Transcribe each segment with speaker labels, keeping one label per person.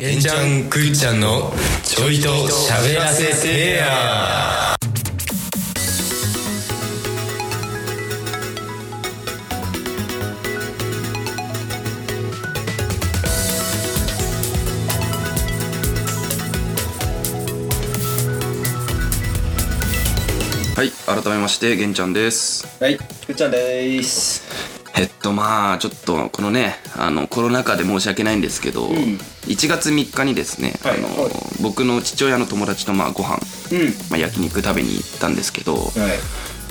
Speaker 1: えんちゃんくっちゃんのちょいと喋らせてや
Speaker 2: はい、改めまして、げんちゃんです。
Speaker 3: はい、くっちゃんです。
Speaker 2: えっと、まあ、ちょっと、このね、あの、コロナ禍で申し訳ないんですけど、1月3日にですね、
Speaker 3: はい
Speaker 2: あの
Speaker 3: はい、
Speaker 2: 僕の父親の友達と、まあ、ご飯、
Speaker 3: うん。
Speaker 2: まあ、焼肉食べに行ったんですけど、
Speaker 3: はい。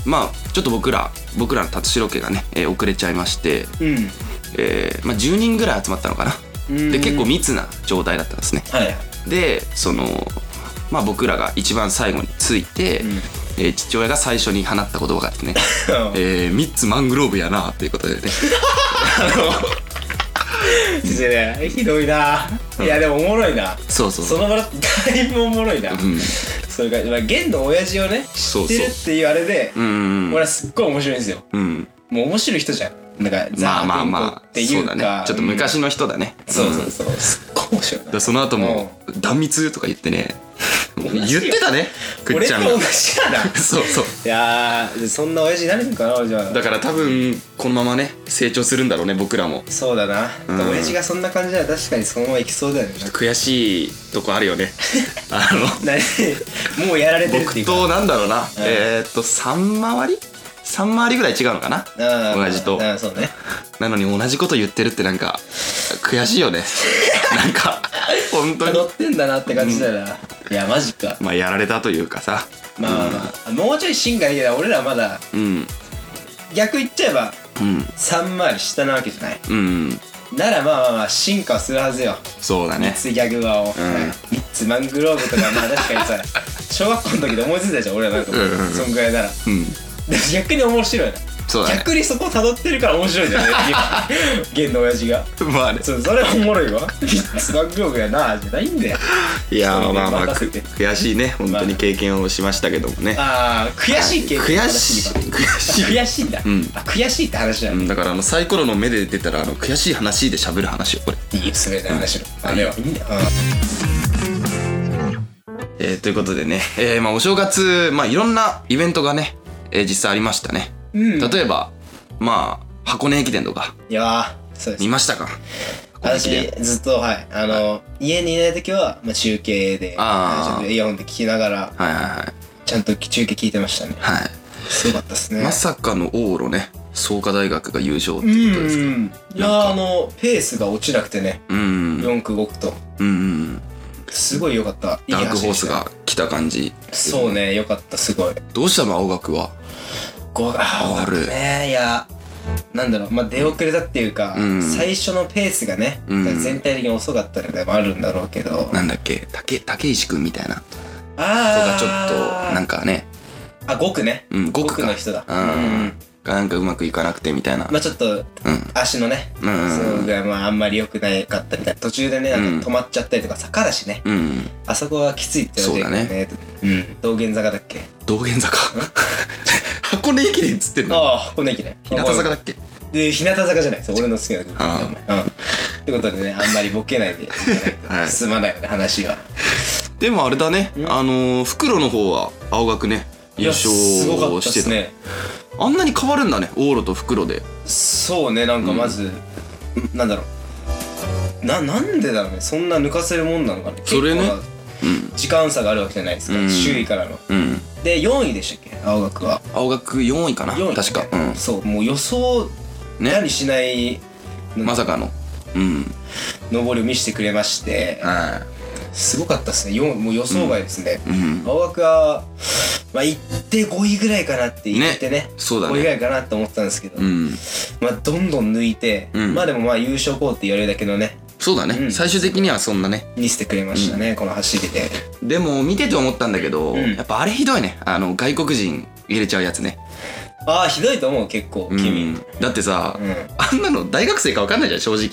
Speaker 2: まあ、ちょっと僕ら、僕らの達代家がね、えー遅れちゃいまして、
Speaker 3: うん。
Speaker 2: えーまあ、10人ぐらい集まったのかな。
Speaker 3: うん
Speaker 2: で、結構密な状態だったんですね。
Speaker 3: はい。
Speaker 2: でそのまあ僕らが一番最後について、
Speaker 3: ん
Speaker 2: えー父親が最初に放った言葉がです ね「えー、3つマングローブやな」ということでね
Speaker 3: 失礼。ひどいな。 いや、でもおもろいな。
Speaker 2: そうそう
Speaker 3: その場だいぶおもろいな。
Speaker 2: うん、
Speaker 3: それから、まあ、玄の親父をね、知
Speaker 2: そうそう
Speaker 3: ってるっていうあれで、
Speaker 2: うんうん
Speaker 3: 俺はすっごい面白いんですよ。
Speaker 2: うん
Speaker 3: もう面白い人じゃん。なんか、
Speaker 2: まあまあ
Speaker 3: ザ
Speaker 2: ま
Speaker 3: ー
Speaker 2: あ
Speaker 3: 健
Speaker 2: そ
Speaker 3: 康
Speaker 2: う
Speaker 3: ってい
Speaker 2: だ
Speaker 3: うか、
Speaker 2: ねちょっと
Speaker 3: うん。
Speaker 2: 昔の人だね、
Speaker 3: そうそ
Speaker 2: ん
Speaker 3: うそう。すっごい面白い
Speaker 2: だ
Speaker 3: な。
Speaker 2: その後も「断蜜」とか言って ね言ってたねくっ
Speaker 3: 俺
Speaker 2: ち
Speaker 3: と
Speaker 2: ゃん
Speaker 3: 同
Speaker 2: が
Speaker 3: じやな。
Speaker 2: そうそう
Speaker 3: いやー、そんな親父になれるかな、じゃあ。
Speaker 2: だから多分このままね成長するんだろうね僕らも
Speaker 3: そうだな、
Speaker 2: ん
Speaker 3: 親父がそんな感じなら確かにそのままいきそうだよね
Speaker 2: 悔しいとこあるよ ねあの
Speaker 3: 何もうやられてるってい
Speaker 2: 僕
Speaker 3: うか
Speaker 2: となんだろうな、
Speaker 3: ん
Speaker 2: えーっと3回り3回りぐらい違うのかな
Speaker 3: うん
Speaker 2: 親父と
Speaker 3: うんそう ね
Speaker 2: なのに同じこと言ってるってなんか悔しいよね なんか本当
Speaker 3: 乗
Speaker 2: に
Speaker 3: ってんだなって感じだな、いやマジか
Speaker 2: まあやられたというかさ
Speaker 3: まあまあまあ、もうちょい芯がいいけど俺らまだ
Speaker 2: うん
Speaker 3: 逆言っちゃえば
Speaker 2: うん
Speaker 3: 3回り下なわけじゃない
Speaker 2: うん
Speaker 3: ならまあまあまあ進化するはずよ
Speaker 2: そうだ
Speaker 3: 三
Speaker 2: ね
Speaker 3: つギャグはを、三つマングローブとかまあ確かに さ小学校の時で思いついたじゃん俺らなんかもう
Speaker 2: うんうんうん
Speaker 3: そんぐらいなら
Speaker 2: うん
Speaker 3: でも逆に面白いな
Speaker 2: そうだね
Speaker 3: 逆にそこ辿ってるから面白いんだよね 現の親父が
Speaker 2: まあね
Speaker 3: そうそれはおもろいわスナック力やなじゃないんだよ
Speaker 2: いやーまあまあ
Speaker 3: 任
Speaker 2: く
Speaker 3: せて
Speaker 2: 悔しいね本当に経験をしましたけどもね
Speaker 3: ああ悔しい経験
Speaker 2: 悔
Speaker 3: の
Speaker 2: しい
Speaker 3: 話に
Speaker 2: 悔しい
Speaker 3: 今悔しいんだ、
Speaker 2: うん
Speaker 3: あ悔しいって話だ、
Speaker 2: うんだからあのサイコロの目で出たらあの悔しい話で喋る話よこれ
Speaker 3: いいよ滑りない話の、あれはいいんだよ、
Speaker 2: えーということでね、えーまあ、お正月、まあ、いろんなイベントがね、えー実際ありましたね、
Speaker 3: うん
Speaker 2: 例えばまあ箱根駅伝とか
Speaker 3: いやーそうで
Speaker 2: 見
Speaker 3: す
Speaker 2: ましたか箱根駅
Speaker 3: 私
Speaker 2: 伝
Speaker 3: ずっとはいあの、家にいない時は、まあ、中継で
Speaker 2: あー
Speaker 3: ちょっとイヤホンで聞きながら
Speaker 2: はいはいはい
Speaker 3: ちゃんと中継聞いてましたね
Speaker 2: はい、
Speaker 3: すごかったですね
Speaker 2: まさかの往路ね創価大学が優勝って
Speaker 3: うん
Speaker 2: ことですか
Speaker 3: いやーあのペースが落ちなくてね
Speaker 2: うんうん
Speaker 3: 4区5区と
Speaker 2: うん
Speaker 3: すごい良かったいい
Speaker 2: ダーク
Speaker 3: 走
Speaker 2: ホ
Speaker 3: り
Speaker 2: ー
Speaker 3: し
Speaker 2: ス
Speaker 3: た
Speaker 2: が来た感じ
Speaker 3: そうね、よかった、すごい。
Speaker 2: どうしたの青学は
Speaker 3: ごが、
Speaker 2: ある
Speaker 3: ねいや、なんだろう、まあ、出遅れたっていうか、
Speaker 2: うん
Speaker 3: 最初のペースがね、
Speaker 2: うん
Speaker 3: 全体的に遅かったのでもあるんだろうけど、
Speaker 2: なんだっけ竹竹石くんみたいなとか
Speaker 3: あー
Speaker 2: ちょっとなんかね、
Speaker 3: あ、5区ね。
Speaker 2: うん、5
Speaker 3: 五
Speaker 2: 区
Speaker 3: 区
Speaker 2: か
Speaker 3: の人だ。
Speaker 2: うんがなんかうまくいかなくてみたいな、
Speaker 3: まあ、ちょっと、
Speaker 2: うん
Speaker 3: 足のね、
Speaker 2: うんうんうん
Speaker 3: その具合もあんまり良くないかったみたいな。途中でね、なんか止まっちゃったりとか、坂だしね、
Speaker 2: うん
Speaker 3: あそこはきついって言われてるよね。うん。道玄坂だっけ
Speaker 2: 道玄坂箱根駅伝っつってんの
Speaker 3: ああ、この駅ね。
Speaker 2: 日向坂だっけ
Speaker 3: で日向坂じゃないです俺の好きな曲
Speaker 2: あ
Speaker 3: うんってことでねあんまりボケないでいかな い
Speaker 2: はい
Speaker 3: と進まないよね話が
Speaker 2: でもあれだねあのー袋の方は青学ね優勝
Speaker 3: いやすごかった
Speaker 2: し
Speaker 3: で
Speaker 2: て
Speaker 3: す
Speaker 2: た
Speaker 3: ね
Speaker 2: あんなに変わるんだね往路と袋で
Speaker 3: そうねなんかまず、なんだろうななんでだろうねそんな抜かせるもんなのかね
Speaker 2: それね
Speaker 3: 結構な
Speaker 2: うん
Speaker 3: 時間差があるわけじゃないですか、
Speaker 2: うん
Speaker 3: 周囲からの
Speaker 2: うん
Speaker 3: で4位でしたっけ青学は
Speaker 2: 青学4位かな
Speaker 3: 4位、
Speaker 2: 確かう
Speaker 3: そうもう予想
Speaker 2: ん
Speaker 3: だ
Speaker 2: ね
Speaker 3: にしない
Speaker 2: まさかのうん
Speaker 3: 上りを見せてくれまして
Speaker 2: は
Speaker 3: すごかったですねよんもう予想外ですね、
Speaker 2: いうん
Speaker 3: 青学は、まあ、行って5位ぐらいかなって言ってね
Speaker 2: そうだ
Speaker 3: 5位ぐ
Speaker 2: ね
Speaker 3: らいかなと思ってたんですけど、
Speaker 2: うん
Speaker 3: まあ、どんどん抜いて、
Speaker 2: うん
Speaker 3: まあでもまあ優勝校って言われるだけのね
Speaker 2: そうだ
Speaker 3: う
Speaker 2: ね
Speaker 3: ん
Speaker 2: 最終的にはそんなね
Speaker 3: 見せてくれましたね、この走りで
Speaker 2: でも見てて思ったんだけど
Speaker 3: うん
Speaker 2: やっぱあれひどいねあの外国人入れちゃうやつね
Speaker 3: ああひどいと思う結構
Speaker 2: う
Speaker 3: 君、うん
Speaker 2: んだってさあんなの大学生か分かんないじゃん正直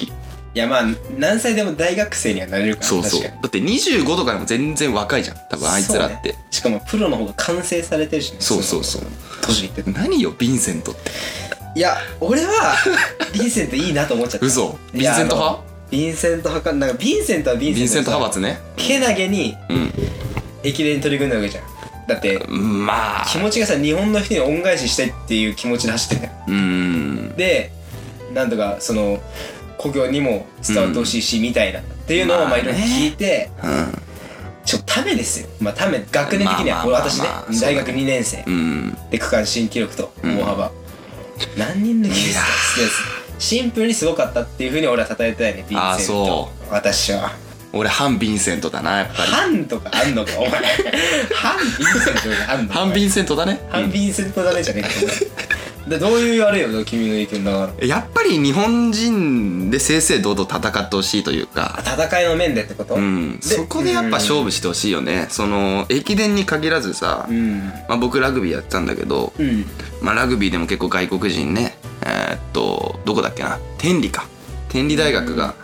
Speaker 3: いやまあ何歳でも大学生にはなれるから
Speaker 2: そうそう
Speaker 3: 確
Speaker 2: だ
Speaker 3: か
Speaker 2: って25とかでも全然若いじゃん多
Speaker 3: に
Speaker 2: 分あいつらっ
Speaker 3: そう
Speaker 2: て
Speaker 3: ね、しかもプロの方が完成されてるしね
Speaker 2: そうそうそう
Speaker 3: の年いってて
Speaker 2: 何よヴィンセントって
Speaker 3: いや俺はヴィンセントいいなと思っちゃった
Speaker 2: 嘘ヴィンセント派
Speaker 3: いやあのヴィンセント派かなんかヴィンセントはヴィン
Speaker 2: ヴィ
Speaker 3: セント
Speaker 2: ンセント派閥
Speaker 3: ね
Speaker 2: ね
Speaker 3: けなげに駅伝に取り組んだわけじゃんだって
Speaker 2: うんまあ
Speaker 3: 気持ちがさ日本の人に恩返ししたいっていう気持ちで走ってんだよ
Speaker 2: うん
Speaker 3: でなんとかその故郷にも伝わってほしいし、みたいなっていうの
Speaker 2: ま
Speaker 3: をま
Speaker 2: あ
Speaker 3: あ
Speaker 2: ね
Speaker 3: いろいろ聞いて、
Speaker 2: うん
Speaker 3: ちょっとためですよまあため学年的には、
Speaker 2: まあまあ
Speaker 3: 俺私ね、
Speaker 2: まあまあそうだ
Speaker 3: 大
Speaker 2: ね
Speaker 3: 学2年生、
Speaker 2: うん
Speaker 3: で区間新記録と大幅、何人抜きですか好きですシンプルにすごかったっていうふうに俺は称えたいねヴィンセント
Speaker 2: あーそ
Speaker 3: 私は
Speaker 2: 俺反ヴィンセントだなやっぱり
Speaker 3: 半とかあんのかお前半ヴィンセントがあんの
Speaker 2: 反ヴィンセントだね
Speaker 3: 半ヴィンセントだねじゃねえかお前でどういうあれよ君の意見だから
Speaker 2: やっぱり日本人で正々堂々戦ってほしいというか
Speaker 3: 戦いの面でってこと
Speaker 2: うん、そこでやっぱ勝負してほしいよね、その駅伝に限らずさ、
Speaker 3: うん
Speaker 2: まあ、僕ラグビーやってたんだけど、
Speaker 3: うん
Speaker 2: まあ、ラグビーでも結構外国人ねえーっとどこだっけな天理か天理大学が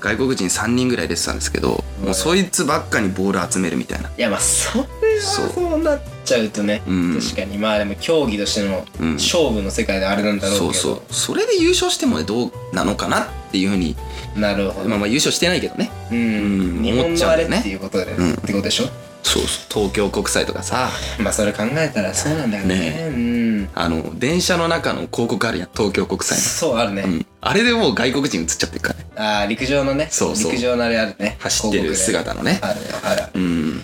Speaker 2: 外国人3人ぐらい出てたんですけど、もうそいつばっかにボール集めるみたいない
Speaker 3: やまあそれは
Speaker 2: そう
Speaker 3: そうなっちゃうとね
Speaker 2: うん
Speaker 3: 確かにまあでも競技としての
Speaker 2: うん
Speaker 3: 勝負の世界であれなんだろうけ
Speaker 2: そ
Speaker 3: ど
Speaker 2: うそうそれで優勝してもねどうなのかなっていうふうに
Speaker 3: なるほど
Speaker 2: まあまあ優勝してないけどね
Speaker 3: う
Speaker 2: うん
Speaker 3: ん日本
Speaker 2: 思っち
Speaker 3: の
Speaker 2: ゃ
Speaker 3: あ
Speaker 2: うんだ
Speaker 3: れ
Speaker 2: よ
Speaker 3: っ
Speaker 2: ね
Speaker 3: ていうことで
Speaker 2: うん
Speaker 3: ってことでしょ
Speaker 2: そうそう東京国際とかさ
Speaker 3: まあそれ考えたらそうなんだよ
Speaker 2: ね
Speaker 3: ねうん
Speaker 2: あの電車の中の広告あるやん東京国際
Speaker 3: そうあるね、
Speaker 2: の、うん、あれでもう外国人映っちゃってるからね
Speaker 3: ああ陸上のね
Speaker 2: そうそう
Speaker 3: 陸上のあれあるね
Speaker 2: 走ってる姿のね。
Speaker 3: 広告であるある
Speaker 2: うん。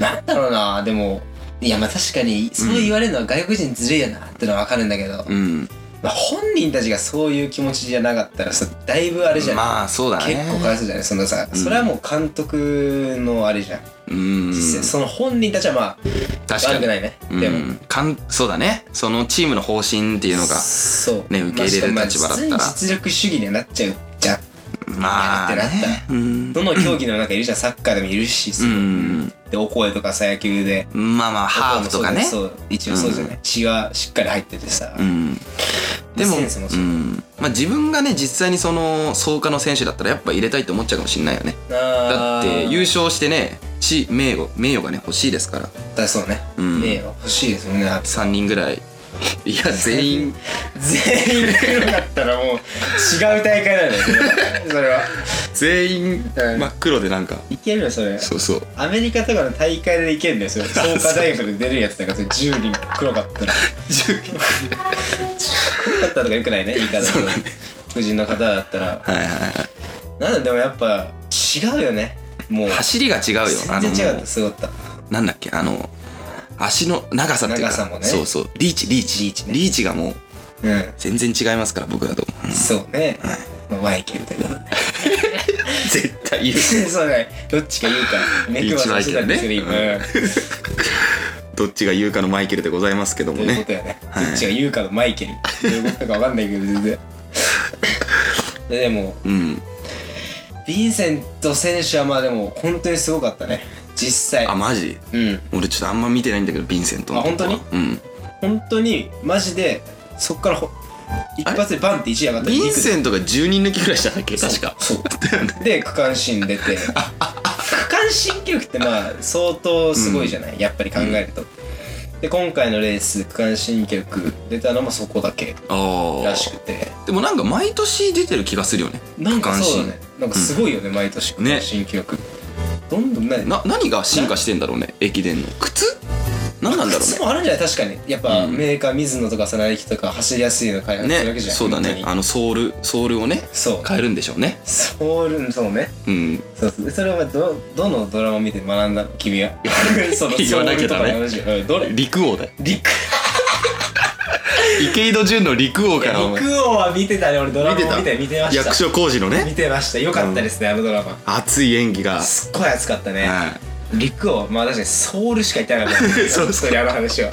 Speaker 3: なんだろうなでもいやまあ確かにそう言われるのは外国人ずるいよなってのは分かるんだけど、
Speaker 2: うん。
Speaker 3: まあ、本人たちがそういう気持ちじゃなかったらさだいぶあれじゃん、
Speaker 2: まあそうだね。
Speaker 3: 結構かわいそうじゃないそのさ、それはもう監督のあれじゃん、
Speaker 2: うん。
Speaker 3: 実際その本人たちはまあ
Speaker 2: 確かに。
Speaker 3: 悪くないね、
Speaker 2: うん
Speaker 3: でも
Speaker 2: かんそうだね。そのチームの方針っていうのが、
Speaker 3: そう
Speaker 2: ね受け入れる
Speaker 3: まあ
Speaker 2: 立場だったら
Speaker 3: まあ普通に実力主義にはなっちゃうじゃん
Speaker 2: まあ、ね
Speaker 3: やってなった。
Speaker 2: うん。
Speaker 3: どの競技の中いるじゃんサッカーでもいるしさ、
Speaker 2: うん
Speaker 3: でお声とかさ野球で
Speaker 2: まあまあ、ハーフとかね。
Speaker 3: そう一応そうじゃない、血がしっかり入っててさ、
Speaker 2: うん。でも、
Speaker 3: センスもそう
Speaker 2: うん。まあ自分がね、実際にその、草加の選手だったらやっぱ入れたいと思っちゃうかもしれないよね。だ
Speaker 3: だ
Speaker 2: って、優勝してね、地、名誉、名誉がね、欲しいですから。
Speaker 3: だそうね、
Speaker 2: うん
Speaker 3: ねえ欲しいですもんね
Speaker 2: 3人ぐらい。いや、 全員、
Speaker 3: 全員黒かったらもう違う大会 だよねそれは
Speaker 2: 全員
Speaker 3: うん
Speaker 2: 真っ黒でなんか、
Speaker 3: いけるよそれ
Speaker 2: そう そう。
Speaker 3: アメリカとかの大会でいけんだ よそれ創価大学で出るやつだからそれ10人黒かったら黒かったとかよくないね言い方
Speaker 2: そうだね
Speaker 3: 夫人の方だったら
Speaker 2: はいはいは
Speaker 3: なんだでもやっぱ違うよねもう
Speaker 2: い。走りが違うよ。あの
Speaker 3: 全然違うすごかった
Speaker 2: なんだっけ、あの、足の長さっていうか、
Speaker 3: 長さもね
Speaker 2: そうそう、リーチ、リーチ。
Speaker 3: リーチね
Speaker 2: がもう
Speaker 3: うん
Speaker 2: 全然違いますから、僕だと。 うん
Speaker 3: そうねまあマイケルということで
Speaker 2: 絶対言う。
Speaker 3: そうだねどっちか言うか目くばさしてたんですけど
Speaker 2: 一
Speaker 3: 今
Speaker 2: 番いいよね
Speaker 3: うん
Speaker 2: どっちが言うかのマイケルでございますけども
Speaker 3: というこ
Speaker 2: ね
Speaker 3: と。やね。
Speaker 2: はい
Speaker 3: どっちが言うかのマイケル。どういうことかわかんないけど、全然。ででも、
Speaker 2: うん。
Speaker 3: ヴィンセント選手はまあでも、本当にすごかったね。実際
Speaker 2: あ、。マジ
Speaker 3: うん。
Speaker 2: 俺ちょっとあんま見てないんだけど、ヴィンセントのとこは。
Speaker 3: あ本
Speaker 2: うん。
Speaker 3: 本当に、マジで、そっからほ一発でバンって1位上がった
Speaker 2: ヴィンセントが10人抜きぐらいしたんだっけ確か。
Speaker 3: そう。で、区間新出て。区間新記録ってまあ、相当すごいじゃない、やっぱり考えると。で、今回のレース、区間新記録出たのもそこだけ
Speaker 2: あ
Speaker 3: らし
Speaker 2: あ。
Speaker 3: くて。
Speaker 2: でもなんか毎年出てる気がするよね。
Speaker 3: なんか
Speaker 2: 区間
Speaker 3: そう
Speaker 2: 新
Speaker 3: だねなんかすごいよね、毎年
Speaker 2: ね
Speaker 3: 新記録どんどんね
Speaker 2: な、何が進化してんだろうね、駅伝の。靴何なんだろうね
Speaker 3: 靴。もあるんじゃない確かにやっぱ、
Speaker 2: うん
Speaker 3: メーカー水野とかサナエキとか走りやすいの開発するわ
Speaker 2: ね
Speaker 3: けじゃん
Speaker 2: そうだ
Speaker 3: 本当
Speaker 2: ね
Speaker 3: に
Speaker 2: あのソールソールをね
Speaker 3: そう
Speaker 2: 変えるんでしょうね
Speaker 3: ソウルそうね
Speaker 2: うん
Speaker 3: そうそうでそれはどどのドラマ見て学んだの 君はその
Speaker 2: 言わなきゃダメ
Speaker 3: ソウルとかの話うんどれ
Speaker 2: 陸王だよ
Speaker 3: 陸
Speaker 2: 池井戸潤の陸王
Speaker 3: いや
Speaker 2: からお前
Speaker 3: 陸王は見てたね俺ドラマも見て見てました
Speaker 2: 役所広司の
Speaker 3: 見
Speaker 2: ね
Speaker 3: てましたよかったですね、あのドラマ
Speaker 2: 熱い演技が
Speaker 3: すっごい熱かったね、
Speaker 2: はい
Speaker 3: 陸王まあ確かにソウルしか言ってなかったんだけど
Speaker 2: そうそう
Speaker 3: 本当にあの話は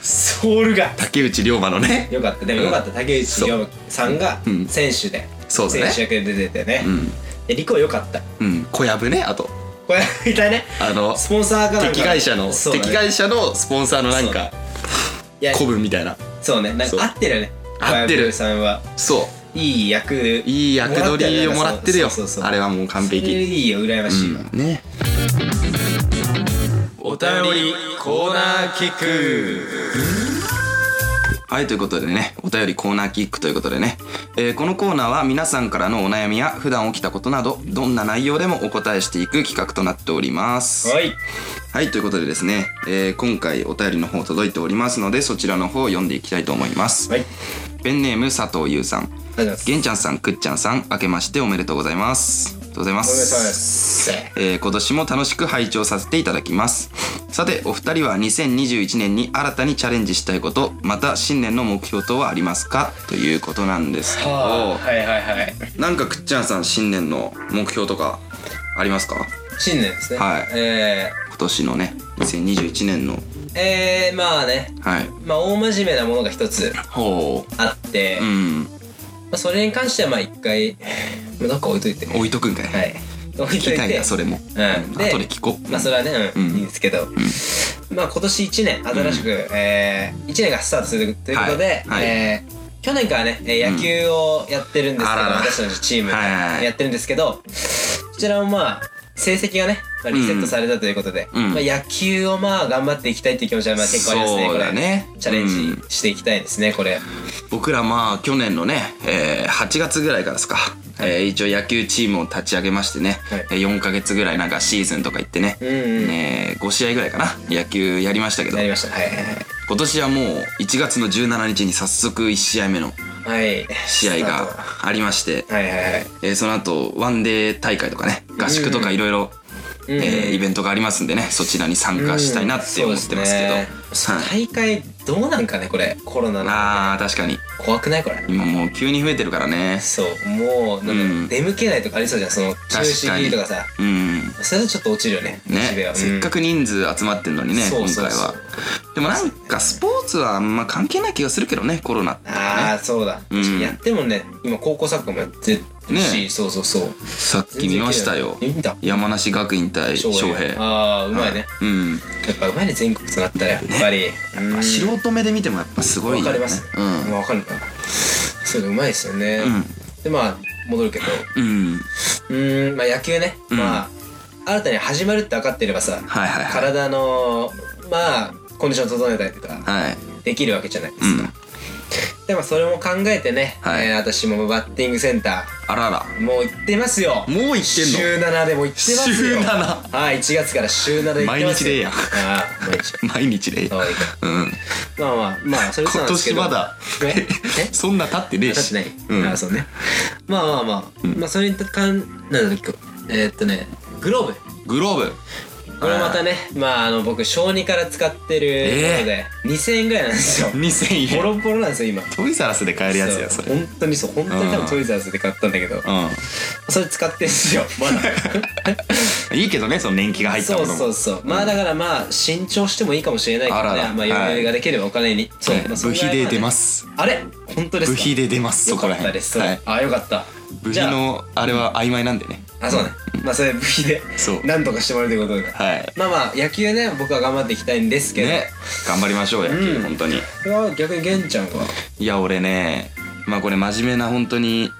Speaker 3: ソウルが
Speaker 2: 竹内涼真のね
Speaker 3: よかったでもよかった竹内涼真さんが
Speaker 2: うん
Speaker 3: 選手で、
Speaker 2: そうだ
Speaker 3: 選
Speaker 2: ね
Speaker 3: 手役で出ててね、
Speaker 2: うん
Speaker 3: でリコよかった
Speaker 2: うん小籔ねあと
Speaker 3: これいたね
Speaker 2: あの
Speaker 3: スポンサーがなんか
Speaker 2: 敵会社の
Speaker 3: そうだね
Speaker 2: 敵会社のスポンサーのなんか
Speaker 3: いや
Speaker 2: 古文みたいな
Speaker 3: そうねなん
Speaker 2: そう
Speaker 3: か合ってるよね
Speaker 2: 合ってる
Speaker 3: 小籔さんは
Speaker 2: そ
Speaker 3: いい役
Speaker 2: ういい役取りをもらってるよ
Speaker 3: そうそうそう
Speaker 2: あれはもう完
Speaker 3: それ
Speaker 2: 璧
Speaker 3: いいよ羨ましいわ、
Speaker 2: うんねお便りコーナーキックはい、ということでね、お便りコーナーキックということでね、えーこのコーナーは皆さんからのお悩みや普段起きたことなど、どんな内容でもお答えしていく企画となっております。
Speaker 3: はい
Speaker 2: はい、ということでですね、えー今回お便りの方届いておりますので、そちらの方を読んでいきたいと思います。
Speaker 3: はい
Speaker 2: ペンネーム佐藤優さん、
Speaker 3: ありがとうございます
Speaker 2: げんちゃんさん、くっちゃんさん、明けましておめでとうございます。ありがとうございま。
Speaker 3: お願いしますす
Speaker 2: えー今年も楽しく拝聴させていただきますさてお二人は2021年に新たにチャレンジしたいことまた新年の目標等はありますかということなんですけど、
Speaker 3: はあはいはいはい
Speaker 2: なんかくっちゃんさん新年の目標とかありますか
Speaker 3: 新年ですね
Speaker 2: はい
Speaker 3: え
Speaker 2: 今年のね2021年の
Speaker 3: ー、えー、まあね
Speaker 2: はい
Speaker 3: まあ大真面目なものが一つ
Speaker 2: ほ
Speaker 3: あって、
Speaker 2: うう
Speaker 3: ま
Speaker 2: ん
Speaker 3: あ、それに関してはまあ一回 まあどっか置いといては
Speaker 2: 置いとくんかい、
Speaker 3: い置
Speaker 2: 聞
Speaker 3: いとい
Speaker 2: きたい
Speaker 3: て
Speaker 2: なそれも、
Speaker 3: うんで
Speaker 2: 後で聞こう、
Speaker 3: まあそれはね、うん
Speaker 2: うん
Speaker 3: いいんですけど、まあ今年1年新しく、え1年がスタートするということで、
Speaker 2: はいはい
Speaker 3: えー去年からねえー
Speaker 2: うん
Speaker 3: 野球をやってるんですけど、
Speaker 2: あらら
Speaker 3: 私たちのチーム
Speaker 2: はいはいはい
Speaker 3: やってるんですけど、こちらもまあ成績がね、まあ、リセットされたということで、
Speaker 2: うん
Speaker 3: まあ、野球をまあ頑張っていきたいっていう気持ちはまあ結構ありますね
Speaker 2: そう
Speaker 3: こ
Speaker 2: だ
Speaker 3: れ
Speaker 2: ね
Speaker 3: チャレンジしていきたいですねこれ
Speaker 2: 僕らまあ去年のね、えー8月ぐらいからですか、えー一応野球チームを立ち上げましてね、
Speaker 3: はい
Speaker 2: えー4ヶ月ぐらいなんかシーズンとか行ってね、
Speaker 3: うんうん、
Speaker 2: えー5試合ぐらいかな野球やりましたけど
Speaker 3: なりましたはいは
Speaker 2: 今年はもう1月の17日に早速1試合目の
Speaker 3: いはいはい
Speaker 2: 試合
Speaker 3: スター
Speaker 2: がありまして、
Speaker 3: トはいはいはい
Speaker 2: えーその後ワンデー大会とかね合宿とかいろいろ
Speaker 3: うん
Speaker 2: イベントがありますんでねそちらに参加したいなって思ってますけど、
Speaker 3: うんそう
Speaker 2: はい
Speaker 3: ですね大会どうなんかねこれコロナの
Speaker 2: あー確かに
Speaker 3: 怖くないこれ
Speaker 2: 今もう急に増えてるからね
Speaker 3: そうもうな
Speaker 2: うんん
Speaker 3: か眠けないとかありそうじゃんその中止切りとかさ
Speaker 2: うん
Speaker 3: それはちょっと落ちるよねモチベ
Speaker 2: ね
Speaker 3: は、
Speaker 2: せっかく人数集まってんのにね、
Speaker 3: そう
Speaker 2: 今
Speaker 3: そう
Speaker 2: 回
Speaker 3: そう
Speaker 2: はでもなんかスポーツはあんま関係ない気がするけどねコロナって
Speaker 3: あ
Speaker 2: ね
Speaker 3: あそうだ、
Speaker 2: うん
Speaker 3: やってもね今高校サッカーもやってるし、
Speaker 2: ね
Speaker 3: そうそうそう
Speaker 2: さっき見ましたよ
Speaker 3: 見た
Speaker 2: 山梨学院対翔平
Speaker 3: ああうまいね、
Speaker 2: うん
Speaker 3: やっぱうまいね全国となったらやっぱり、うん
Speaker 2: 素人目で見てもやっぱすごい
Speaker 3: わ
Speaker 2: よ
Speaker 3: かり
Speaker 2: ね
Speaker 3: ます、
Speaker 2: う
Speaker 3: まあわかるなそうだうまいですよね、
Speaker 2: ん
Speaker 3: でまあ戻るけど
Speaker 2: うんうん
Speaker 3: うーんまあ野球ね、
Speaker 2: うん
Speaker 3: まあ新たに始まるって分かってればさ、
Speaker 2: はいはいはい
Speaker 3: 体のまあコンディション整えたりとか
Speaker 2: はい
Speaker 3: できるわけじゃないで
Speaker 2: う
Speaker 3: すか、
Speaker 2: ん
Speaker 3: でもそれも考えてね、
Speaker 2: はい
Speaker 3: えー私もバッティングセンタ
Speaker 2: あらら
Speaker 3: ーもう行ってますよ
Speaker 2: もう行って
Speaker 3: 週7でも行ってますよ
Speaker 2: 週七
Speaker 3: はい1月から週7で行ってま
Speaker 2: 毎日
Speaker 3: すよ
Speaker 2: でええやん
Speaker 3: ああ毎日
Speaker 2: んの毎日で
Speaker 3: 可愛い
Speaker 2: うん
Speaker 3: まあまあまあそれ嘘なんですけど
Speaker 2: 今年まだ
Speaker 3: ええ
Speaker 2: そんな立ってねえ
Speaker 3: 確
Speaker 2: し
Speaker 3: かに、
Speaker 2: うん
Speaker 3: あそうねまあまあまあ、まあそれにかんなんだっけえーっとねグローブ
Speaker 2: グローブ
Speaker 3: これまたねまああの僕小2から使ってるもので、2000円ぐらいなんですよ
Speaker 2: 2000
Speaker 3: ボ
Speaker 2: 円
Speaker 3: ロボロなんですよ今
Speaker 2: トイザラスで買えるやつやそれうん
Speaker 3: 本当にそう本当に多分トイザースで買ったんだけどそれ使ってんすよまだ
Speaker 2: いいけどねその年季が入った
Speaker 3: そ
Speaker 2: も
Speaker 3: う
Speaker 2: のも
Speaker 3: そうそうまあだからまあ新調してもいいかもしれないけどね
Speaker 2: あらら
Speaker 3: まあ余裕ができればお金に、そう、
Speaker 2: はい
Speaker 3: まあ、
Speaker 2: 部費で出ますす
Speaker 3: あれ本当です
Speaker 2: 部
Speaker 3: か
Speaker 2: 費で出ます
Speaker 3: よ
Speaker 2: そこ
Speaker 3: からったですそう、
Speaker 2: 辺はい
Speaker 3: あよかった
Speaker 2: 部
Speaker 3: じ
Speaker 2: 費
Speaker 3: ゃあ
Speaker 2: のあれは曖昧なんでね
Speaker 3: あそうねまあそれ部費で
Speaker 2: そう
Speaker 3: なんとかしてもらうということで
Speaker 2: はい
Speaker 3: まあまあ野球ね僕は頑張っていきたいんですけど、
Speaker 2: ね頑張りましょう野球、
Speaker 3: うん
Speaker 2: 本当に
Speaker 3: これは逆に玄ちゃんはい
Speaker 2: や俺ねまあこれ真面目な本当に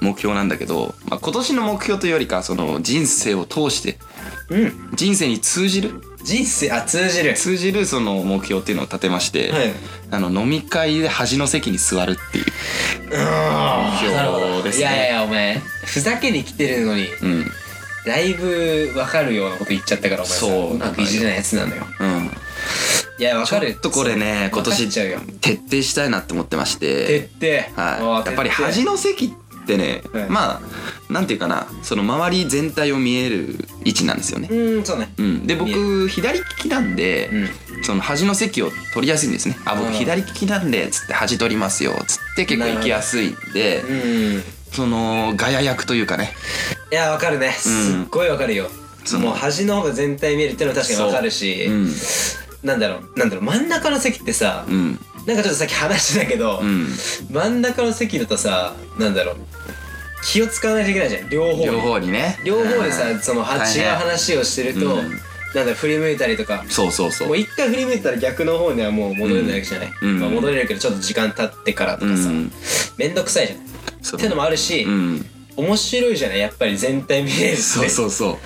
Speaker 2: 目標なんだけど、まあ、今年の目標というよりかその人生を通して
Speaker 3: うん
Speaker 2: 人生に通じる
Speaker 3: 人生あ通じる
Speaker 2: 通じるその目標っていうのを立てまして、
Speaker 3: はい
Speaker 2: あの飲み会で端の席に座るっていう
Speaker 3: なるほ
Speaker 2: 目標
Speaker 3: ど
Speaker 2: です
Speaker 3: いやい
Speaker 2: ね
Speaker 3: やお前ふざけに来てるのに
Speaker 2: うん
Speaker 3: だいぶわかるようなこと言っちゃったからお前さ
Speaker 2: そう
Speaker 3: まくいじれないやつなのよ
Speaker 2: うん
Speaker 3: いやわ
Speaker 2: ちょ
Speaker 3: かる
Speaker 2: っとこれね今
Speaker 3: わか
Speaker 2: 年
Speaker 3: っちゃうよ
Speaker 2: 徹底したいなって思ってまして
Speaker 3: 徹底
Speaker 2: はい、やっぱり恥
Speaker 3: の
Speaker 2: の席ってね、
Speaker 3: はい
Speaker 2: まあなんていうかなその周り全体を見える位置なんですよね
Speaker 3: う、んそうね
Speaker 2: うん、で
Speaker 3: 見え
Speaker 2: 僕左利きなんで、
Speaker 3: うん
Speaker 2: その端の席を取りやすいんですねあ
Speaker 3: う
Speaker 2: 僕
Speaker 3: ん
Speaker 2: 左利きなんでつって端取りますよつって結構行きやすいんで
Speaker 3: うん
Speaker 2: そのガヤ役というかね
Speaker 3: いやわかるねすっごいわかるよ、
Speaker 2: その
Speaker 3: もう端の方が全体見えるっていうのは確かにわかるし、
Speaker 2: うん
Speaker 3: なんだろうなんだろう真ん中の席ってさ、
Speaker 2: うん
Speaker 3: なんかちょっとさっき話してたけど、
Speaker 2: うん
Speaker 3: 真ん中の席だとさなんだろう気を使わないといけないじゃん両方に
Speaker 2: 両方にね
Speaker 3: 両方で
Speaker 2: う
Speaker 3: さ
Speaker 2: ん
Speaker 3: そのは
Speaker 2: 大
Speaker 3: 違
Speaker 2: 変
Speaker 3: う話をしてると、
Speaker 2: うん
Speaker 3: なんだ振り向いたりとか
Speaker 2: そうそうそ
Speaker 3: もう
Speaker 2: う
Speaker 3: 一回振り向いたら逆の方にはもう戻れないわけじゃない、
Speaker 2: うん
Speaker 3: まあ、戻れるけどちょっと時間経ってからと
Speaker 2: う
Speaker 3: かさ、
Speaker 2: ん
Speaker 3: めんどくさいじゃない
Speaker 2: そ
Speaker 3: ってのもあるし、
Speaker 2: うん
Speaker 3: 面白いじゃないやっぱり全体見えるって
Speaker 2: そうそうそ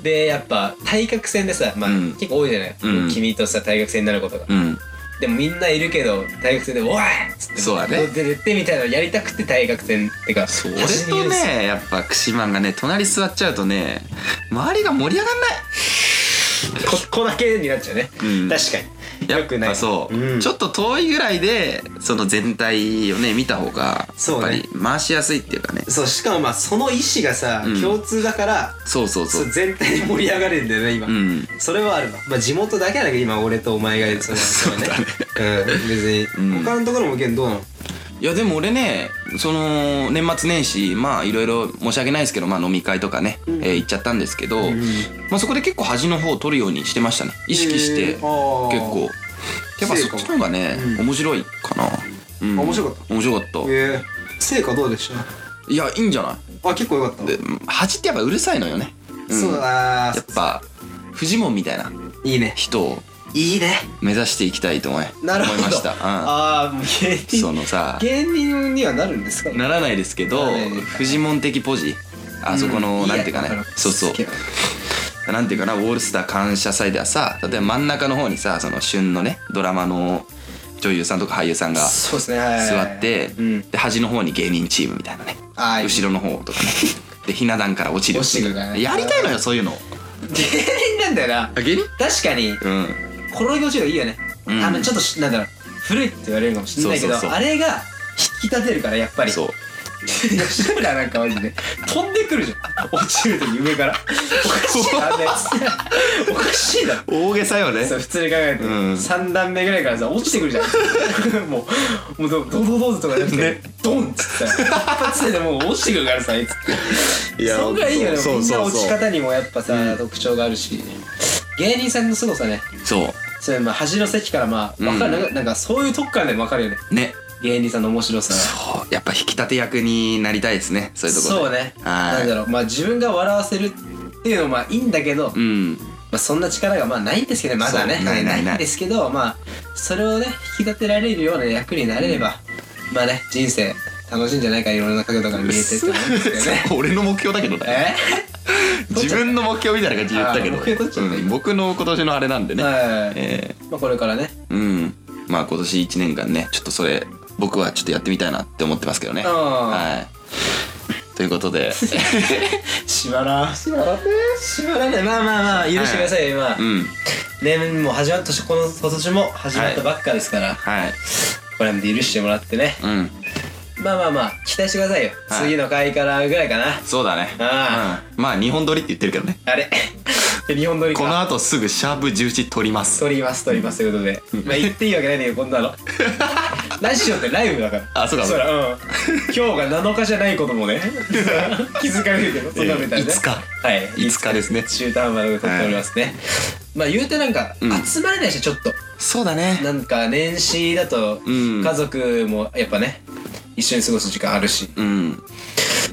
Speaker 2: う
Speaker 3: でやっぱ対角線でさ、まあ
Speaker 2: うん
Speaker 3: 結構多いじゃない、
Speaker 2: うん
Speaker 3: 君とさ対角線になることが、
Speaker 2: うん
Speaker 4: でもみんないるけど大学生で「おい!」っつって
Speaker 2: そうだね
Speaker 4: 出てってみたいなのやりたくて大学生ってか
Speaker 2: それ
Speaker 4: 端にいるん
Speaker 2: と
Speaker 4: ですよ
Speaker 2: ねやっぱクシマンがね隣座っちゃうとね周りが盛り上がんない
Speaker 4: ここだけになっちゃうね、
Speaker 2: うん
Speaker 4: 確かによく
Speaker 2: や
Speaker 4: な
Speaker 2: っ
Speaker 4: い
Speaker 2: ぱそう、
Speaker 4: ん
Speaker 2: ちょっと遠いぐらいでその全体をね見た方がや
Speaker 3: そ
Speaker 2: っ
Speaker 3: う
Speaker 2: ぱ
Speaker 3: ね
Speaker 2: り回しやすいっていうかね
Speaker 3: そうしかもまあその意思がさ、
Speaker 2: うん
Speaker 3: 共通だから
Speaker 2: そうそうそ
Speaker 3: そう
Speaker 2: う
Speaker 3: 全体で盛り上がるんだよね今、
Speaker 2: うん
Speaker 3: それはあるわ、まあ、地元だけだけど今俺とお 前がその
Speaker 2: そうだね
Speaker 3: ね、うん、別に、
Speaker 2: うん
Speaker 3: 他のところもけんどうなの
Speaker 2: いやでも俺ねその年末年始まあいろいろ申し訳ないですけど、まあ、飲み会とかね、えー行っちゃったんですけど、まあ、そこで結構端の方を取るようにしてましたね意識して、
Speaker 3: えーあー
Speaker 2: 結構やっぱ
Speaker 3: 成
Speaker 2: そ
Speaker 3: 果
Speaker 2: っ
Speaker 3: も
Speaker 2: ちの方がね、
Speaker 3: うん
Speaker 2: 面白いかな、うん
Speaker 3: あ面白かった
Speaker 2: 面白かった、
Speaker 3: えー、成果どうでした
Speaker 2: いやいいんじゃな
Speaker 3: あ結構よかった
Speaker 2: いで端ってやっぱうるさいのよね、ん
Speaker 3: そうだな
Speaker 2: やっぱフジモンみたいない
Speaker 3: いね
Speaker 2: 人を
Speaker 3: いいね
Speaker 2: 目指していきたいと思い
Speaker 3: なるほ
Speaker 2: 思
Speaker 3: ど
Speaker 2: いました、うん
Speaker 3: ああもう芸
Speaker 2: そ
Speaker 3: 人
Speaker 2: のさ
Speaker 3: 芸人にはなるんですか
Speaker 2: ならないですけど
Speaker 3: ならないですか
Speaker 2: フジモン的ポジあそこの、なんていうかね
Speaker 3: やわる
Speaker 2: そうそう
Speaker 3: 好きなの
Speaker 2: なんていうかなウォールスター感謝祭ではさ例えば真ん中の方にさその旬のねドラマの女優さんとか俳優さんが
Speaker 3: そうですねはいはい
Speaker 2: 座
Speaker 3: はい
Speaker 2: って、
Speaker 3: うん
Speaker 2: で端の方に芸人チームみたいなね
Speaker 3: はい
Speaker 2: 後ろの方とかねでひな壇から落ちる
Speaker 3: 落ちるからね
Speaker 2: やりたいのよそういうの
Speaker 3: 芸人なんだよな
Speaker 2: 芸人
Speaker 3: 確かに
Speaker 2: うん
Speaker 3: 転げ落ちがいいよね、
Speaker 2: うん
Speaker 3: あのちょっとしなんだろう古いって言われるかもしれないけど
Speaker 2: そうそうそう
Speaker 3: あれが引き立てるからやっぱり
Speaker 2: そう
Speaker 3: 吉村なんかマジで飛んでくるじゃん落ちる時上からおかしいなあんなや つおかしいだろ
Speaker 2: 大げさよね
Speaker 3: そう普通に考えて、
Speaker 2: うん
Speaker 3: 3段目ぐらいからさ落ちてくるじゃんもうもうどどどどどとかじゃなくて、
Speaker 2: ね
Speaker 3: ドンっつってさ一発でもう落ちてくるからさあいつって
Speaker 2: いや
Speaker 3: そんぐらいいいよね
Speaker 2: そう
Speaker 3: みんな
Speaker 2: そう
Speaker 3: 落ち方にもやっぱさ、
Speaker 2: うん
Speaker 3: 特徴があるし芸人さんの凄さね
Speaker 2: そう
Speaker 3: それまあ端の席からまあわかる、なんかなんかそういうとこからでもわかるよね
Speaker 2: ね
Speaker 3: 芸人さんの面白さ
Speaker 2: そうやっぱ引き立て役になりたいですねそういうところで
Speaker 3: そうね
Speaker 2: はい
Speaker 3: なんだろうまあ自分が笑わせるっていうのもまあいいんだけど、ま
Speaker 2: うん
Speaker 3: あ、そんな力がまあないんですけどねまだね
Speaker 2: そうないないない
Speaker 3: んですけどまあそれをね引き立てられるような役になれれば、まあね人生楽しいんじゃないかいろんな角度から見えてって思うんですけどね
Speaker 2: 俺の目標だけどね
Speaker 3: え
Speaker 2: 自分の目標みたいな感じで言ったけど
Speaker 3: あ目標取っちゃった
Speaker 2: うん僕の今年のあれなんでね、
Speaker 3: はい、
Speaker 2: え
Speaker 3: まあ、これからね
Speaker 2: ーうんまあ今年1年間ねちょっとそれ僕はちょっとやってみたいなって思ってますけどね
Speaker 3: あー
Speaker 2: はいということ で
Speaker 3: しばらしばらねしばらねまあまあまあ許してくださいよ、今
Speaker 2: うん
Speaker 3: 年も始まったしこの今年も始まったばっかですから、
Speaker 2: はい
Speaker 3: これも許してもらってね
Speaker 2: うん
Speaker 3: まあまあまあ期待してくださいよ、
Speaker 2: はい
Speaker 3: 次の回からぐらいかな
Speaker 2: そうだね
Speaker 3: あ
Speaker 2: うん、まあ日本撮りって言ってるけどね
Speaker 3: あれ日本撮りか
Speaker 2: この後すぐシャープ11撮ります
Speaker 3: 撮ります撮りますということでまあ言っていいわけないんだけどこんなの ラジオってライブだから
Speaker 2: あそうか
Speaker 3: そらうん今日が7日じゃないこと もね気づかれるけどそんなみたい
Speaker 2: え
Speaker 3: な、ね
Speaker 2: ーいつか
Speaker 3: はい
Speaker 2: いつかですね
Speaker 3: 中途半端なこと撮っておりますね、まあ言うてなんか
Speaker 2: うん
Speaker 3: 集まれないしちょっと、
Speaker 2: そうだね
Speaker 3: なんか年始だと
Speaker 2: うん
Speaker 3: 家族もやっぱね一緒に過ごす時間あるし
Speaker 2: うん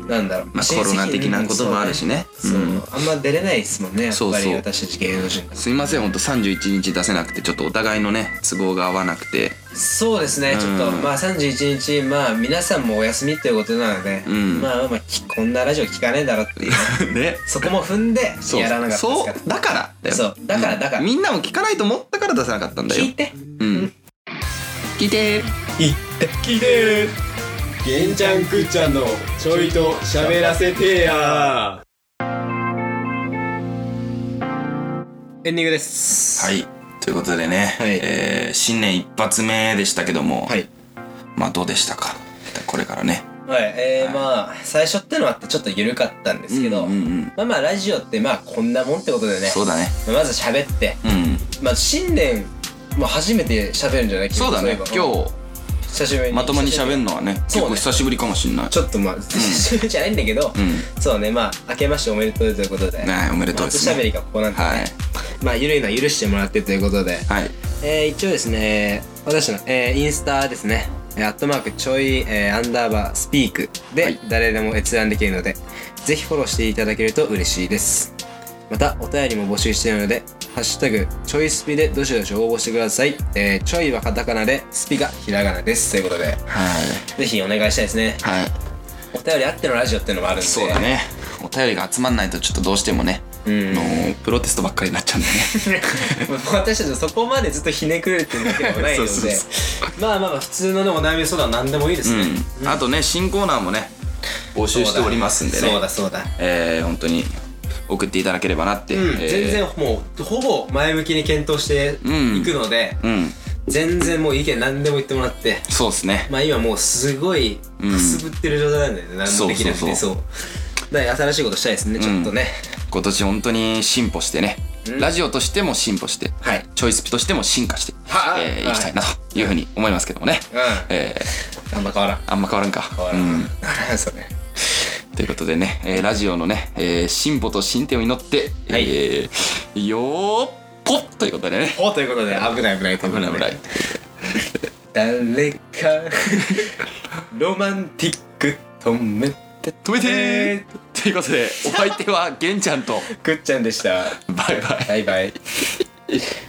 Speaker 3: なんだろう、
Speaker 2: まあ
Speaker 3: 親戚
Speaker 2: コロナ的なこともあるしね
Speaker 3: そうね
Speaker 2: うん
Speaker 3: そうあんま出れないですもんねやっぱり
Speaker 2: そうそう
Speaker 3: 私たち芸能人が
Speaker 2: すいませんほんと31日出せなくてちょっとお互いのね都合が合わなく て
Speaker 3: そうですね、ちょっと
Speaker 2: うん
Speaker 3: まあ31日まあ皆さんもお休みということなので、
Speaker 2: うん
Speaker 3: まあまあまあきこんなラジオ聞かねえだろっ ていう
Speaker 2: ね
Speaker 3: そこも踏んで
Speaker 2: そう
Speaker 3: やらなかったです
Speaker 2: そ
Speaker 3: から
Speaker 2: うだからだよ
Speaker 3: そうだからだから
Speaker 2: うんみんなも聞かないと思ったから出さなかったんだよ
Speaker 3: 聞いて
Speaker 2: うん聞いて
Speaker 5: げんちゃんくっちゃんのちょいと喋らせてや
Speaker 3: エンディングです
Speaker 2: はいということでね、
Speaker 3: い
Speaker 2: えー新年一発目でしたけども、
Speaker 3: はい
Speaker 2: まあどうでしたかこれからね
Speaker 3: はい、えーまあ最初ってのはあってちょっと緩かったんですけど、
Speaker 2: うんうんうん
Speaker 3: まあまあラジオってまあこんなもんってことでね
Speaker 2: そうだね
Speaker 3: まあまず喋って
Speaker 2: うん
Speaker 3: まあ新年もう初めて喋るんじゃない
Speaker 2: そうだね
Speaker 3: いえば
Speaker 2: 今
Speaker 3: 久しぶり
Speaker 2: 日
Speaker 3: に
Speaker 2: まともに喋るのはね結
Speaker 3: そう
Speaker 2: 構
Speaker 3: ね
Speaker 2: 久しぶりかもしんない
Speaker 3: ちょっとまあ 久しぶりじゃないんだけど、
Speaker 2: うん
Speaker 3: そうねまあ明けましておめでとうということで、
Speaker 2: ねおめでとうですね
Speaker 3: まあおしゃべりがここなんで、
Speaker 2: はい
Speaker 3: まあ緩いのは許してもらってということで、
Speaker 2: はい
Speaker 3: えー一応ですね私の、えーインスタですねえーアットマークちょい、えーアンダーバースピーク
Speaker 2: はい
Speaker 3: で誰でも閲覧できるので、ぜひフォローしていただけると嬉しいですまたお便りも募集しているので「ハッシュタグちょいスピ」でどしどし応募してください、えーちょいはカタカナでスピがひらがなですということで
Speaker 2: はい
Speaker 3: ぜひお願いしたいですね
Speaker 2: はい
Speaker 3: お便りあってのラジオっていうのもあるんで
Speaker 2: そうだねお便りが集まんないとちょっとどうしてもね
Speaker 3: うん
Speaker 2: のプロテストばっかりになっちゃうんだよね
Speaker 3: 私たちはそこまでずっとひねくれてるわけではないの で
Speaker 2: そうそ
Speaker 3: まあまあまあ普通のねお悩み相談何でもいいですね、
Speaker 2: うん、あとね新コーナーもね募集しておりますんでね
Speaker 3: そうだそうだ
Speaker 2: えー、本当に送っていただければなって、
Speaker 3: うん、
Speaker 2: えー
Speaker 3: 全然もうほぼ前向きに検討していくので、
Speaker 2: うん
Speaker 3: 全然もう意見何でも言ってもらって
Speaker 2: そうですね
Speaker 3: まあ今もうすごい
Speaker 2: うん
Speaker 3: くすぶってる状態なんだよね、何もできなくて
Speaker 2: そ
Speaker 3: そうう
Speaker 2: そう
Speaker 3: だから新しいことしたいですね、ちょっとね
Speaker 2: 今年本当に進歩してね、
Speaker 3: うん
Speaker 2: ラジオとしても進歩して、
Speaker 3: はい
Speaker 2: チョイスピとしても進化して、
Speaker 3: は
Speaker 2: えー
Speaker 3: はい
Speaker 2: いきたいなというふうに思いますけどもね、
Speaker 3: う
Speaker 2: え
Speaker 3: んあんま変わらん
Speaker 2: ーあんま変わらんか
Speaker 3: 変わら、
Speaker 2: うんん、
Speaker 3: うん、それ
Speaker 2: ということでね、えーラジオのね、えー進歩と進展を祈って、
Speaker 3: はい
Speaker 2: えーよーっぽということでね
Speaker 3: おということで危ない危ない危
Speaker 2: 危ない危ない
Speaker 3: 誰かロマンティック止めて
Speaker 2: 止めてーということでお相手は玄ちゃんと
Speaker 3: くっちゃんでした
Speaker 2: バイバイ
Speaker 3: バイバイ